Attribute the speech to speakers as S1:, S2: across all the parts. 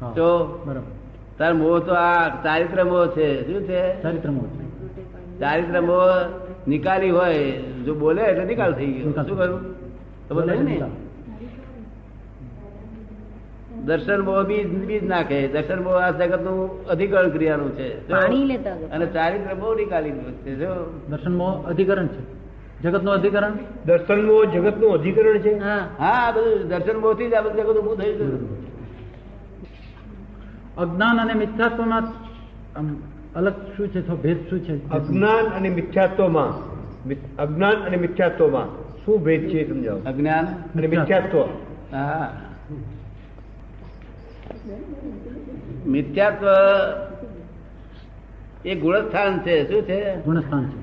S1: હા.
S2: તો
S1: બરાબર
S2: તાર મોહ તો આ ચારિત્ર મોહ છે શું છે
S1: ચારિત્ર મોહ
S2: ચારિત્ર મોહ નિકાલી હોય જો બોલે એટલે નિકાલ થઈ ગયો
S1: નિકાલ.
S2: શું કરું ખબર પડી ને દર્શન મોહ બીજ બીજ નાખે દર્શન મોહ આ જગત નું અધિકરણ ક્રિયાનું છે જો.
S3: પાણી લેતા હતા.
S2: અને ચારિત્ર બહુ નિકાલી છે જો
S1: દર્શન મોહ અધિકરણ છે જગત નું અધિકરણ
S4: દર્શન નું જગત નું અધિકરણ છે
S3: હા
S2: હા આ બધું દર્શન મોહ થી જ આ બધું જગત ઉભું થઈ ગયું
S1: અજ્ઞાન અને મિથ્યાત્વમાં આમ અલગ શું છે તો ભેદ શું છે
S4: અજ્ઞાન અને મિથ્યાત્વમાં મિથ- અજ્ઞાન અને મિથ્યાત્વમાં શું ભેદ છે એ સમજાવો
S2: અજ્ઞાન
S4: અને મિથ્યાત્વ
S2: હા મિથ્યાત્વ એ ગુણસ્થાન છે શું છે
S1: ગુણસ્થાન છે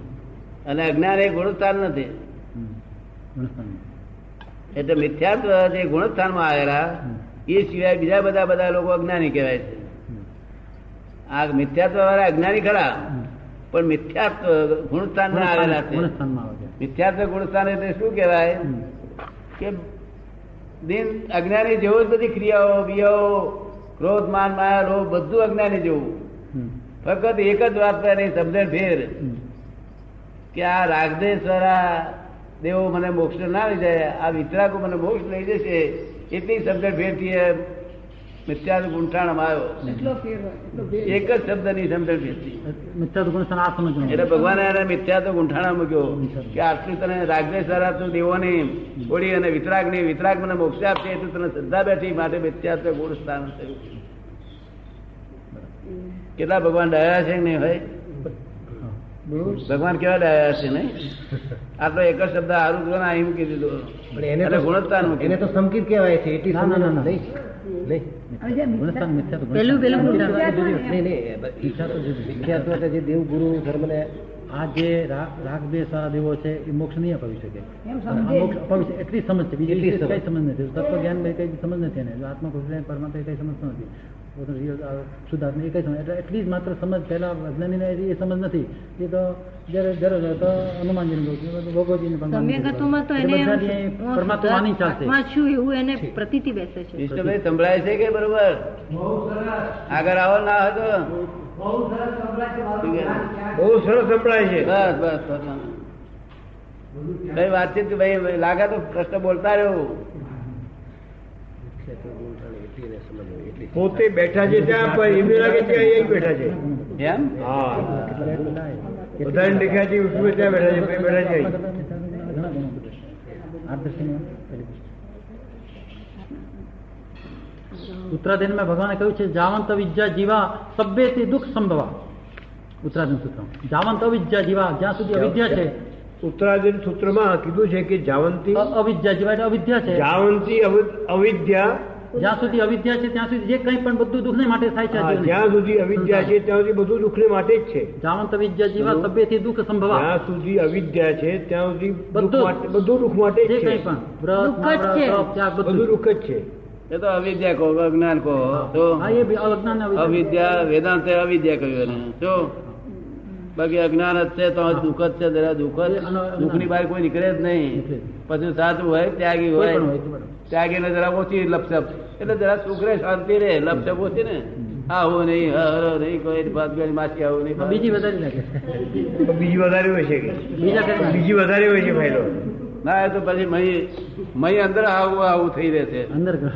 S2: અને અજ્ઞાન એ ગુણસ્થાન નથી
S1: હમ. ગુણસ્થાન
S2: એટલે મિથ્યાત્વ જે ગુણસ્થાનમાં આવેલા એ સિવાય બીજા બધા બધા લોકો અજ્ઞાની કહેવાય છે
S1: હમ.
S2: આ મિથ્યાત્વ વાળા અજ્ઞાની ખરા
S1: હમ.
S2: પણ મિથ્યાત્વ ગુણસ્થાનમાં આવેલા છે
S1: ગુણસ્થાનમાં આવે છે
S2: મિથ્યાત્વ ગુણસ્થાન એટલે શું કહેવાય
S1: હમ.
S2: કે દિન અજ્ઞાની જેવો જ બધી ક્રિયાઓ બિયાઓ ક્રોધ માન માયા લોભ બધું અજ્ઞાની જેવું
S1: હમ.
S2: ફક્ત એક જ વાત પર એની સમજણ ફેર
S1: હમ.
S2: કે આ રાગદેશ્વરા દેવો મને મોક્ષ ના લઈ જાય આ વિતરાગો મને મોક્ષ લઈ જશે એટલી શબ્દ ભેરથી એ મિથ્યાનું ગુંઠાણમાં આવ્યો એક જ શબ્દની સમજણ ભેરથી
S1: મિથ્યાત્વ ગુણસ્થાન આ સમજવાનું
S2: એટલે ભગવાને એને મિથ્યા તો ગુંઠાણા મૂક્યો કે આટલું તને રાગદેશ્વરા તું દેવોને છોડી અને વિતરાગ ને વિતરાગ મને મોક્ષ આપશે એટલું તને શ્રદ્ધા બેઠી માટે મિથ્યા તો ગુણ સ્થાન થયું કેટલા ભગવાન ડાયા છે કે નહીં ભાઈ
S1: હા.
S2: ભગવાન કેવા ડાયા છે નહીં આટલો એક જ શબ્દ હારું જો ને અહીં મૂકી દીધો એટલે ગુણસ્થાન મૂકી
S5: તો સંકિત કહેવાય છે એટલી
S1: ના, ના, ના, ના.
S5: સમજણ નહીં નહીં
S1: ગુણસ્થાન મિથ્યાત્વ
S3: પેલું પેલું
S1: ગુણસ્થાન.
S3: ગુંઠાણું.
S5: નહીં નહીં
S1: મિથ્યાત્વ જુદી.
S5: વિદ્યાર્થીઓ એટલે જે દેવગુરુ ધર્મને
S1: આ જે રા- રાગદેશ વાળા દેવો છે એ મોક્ષ નહીં અપાવી શકે આ મોક્ષ અપાવી શકે એટલી સમજ છે બીજી
S5: એટલી
S1: કઈ
S5: સમજ.
S1: સમજ નથી તત્વ જ્ઞાન કઈ સમજ નથી એને જો આત્મા કુશળ પરમાત્મા એ કઈ સમજતો નથી પોતાનું real આ શુદ્ધ આત્મા એ કઈ સમજ એટલે એટલી જ માત્ર સમજ પહેલા વજ્ઞાનીને એ સમજ નથી એ તો જ્યારે જરૂર હોય તો હનુમાનજીને બોલશે, એ તો ભગવતજીને પણ માનવું
S3: સમ્યગતોમાં તો
S1: પડે.
S3: એને
S1: એટલે
S3: એમ
S1: બધાને એ
S3: હું
S1: પરમાત્માની ચાલશે
S3: આત્મા છું એવું એને પ્રતીતિ બેસે છે
S2: વિષ્ણુભાઈ સંભળાય છે કે બરોબર આગળ આવો ના હતો શું કે?
S4: બહુ સરસ સંભળાય છે
S2: બસ બસ બસ ભાઈ વાતચીત ભાઈ ભાઈ લાગે તો પ્રશ્ન બોલતા રહ્યો
S4: પોતે બેઠા છે ત્યાં પણ એમને લાગે છે કે અહીં બેઠા છે
S2: એમ
S4: હા
S1: કેટલી-
S4: બધાને દેખાય છે વિષ્ણુ ત્યાં બેઠા છે ભાઈ બેઠા છે અહીં.
S1: ઘણા ગુણો બધા. આ દ્રષ્ટિમાં પહેલી દ્રષ્ટિ. ઉત્તરાધીનમાં ભગવાને કહ્યું છે જાવંત વિદ્યા જીવા સભ્ય તે દુઃખ સંભવા ઉત્તરાધીન સૂત્રમાં જાવંત અવિદ્યા જીવા જ્યાં સુધી અવિદ્યા છે
S4: ઉત્તરાદિન સૂત્રમાં કીધું છે કે જાવંતી
S1: અ- અવિદ્યા જીવા એટલે અવિદ્યા છે
S4: જાવંતી અવિ- અવિદ્યા
S1: જ્યાં સુધી અવિદ્યા છે ત્યાં સુધી જે કંઈ પણ બધું દુઃખને માટે થાય છે આ
S4: હા,
S1: જીવને.
S4: જ્યાં સુધી અવિદ્યા છે ત્યાં સુધી બધું દુઃખને માટે જ છે
S1: જાવંત વિદ્યા જીવા સભ્ય તે દુઃખ સંભવા
S4: જ્યાં સુધી અવિદ્યા છે ત્યાં સુધી દુઃખ
S1: બધું.
S4: માટે- બધું દુઃખ માટે
S1: જે
S4: જ
S1: કંઈ
S4: છે
S1: પણ વ્રત,
S3: દુઃખ જ
S1: વ્રત,
S3: છે.
S1: ત્યાગ
S4: બધું
S1: બધું
S4: દુઃખ જ છે
S2: એ તો અવિદ્યા કહો અજ્ઞાન કહો તો
S1: હા એ બી અજ્ઞાન ને અવિદ્યા.
S2: અવિદ્યા વેદાંતે અવિદ્યા કહ્યું એને જો બાકી અજ્ઞાન જ છે તો દુઃખ જ છે જરા દુઃખ જ દુઃખની બહાર કોઈ નીકળે જ
S1: નીકળે
S2: નહીં
S1: જ નહીં.
S2: પછી સાચું હોય ત્યાગી
S1: કોઈ
S2: હોય
S1: પણ હોય, બરાબર.
S2: ત્યાગીને જરા ઓછી લપસપ એટલે જરા સુખ રહે શાંતિ રહે લપસપ ઓછી ને આવું નહીં હરો નહીં કોઈ ભાત ગઈ માછી આવું નહીં
S1: બીજી વધારી લાગે
S4: તો બીજી વધારે હોય છે કે
S1: બીજા કરી નાખે.
S4: બીજી વધારે હોય છે ફાયદો
S2: ના એ તો પછી મહી મહી અંદર આવું આવું થઈ રહે છે
S1: અંદર કરો.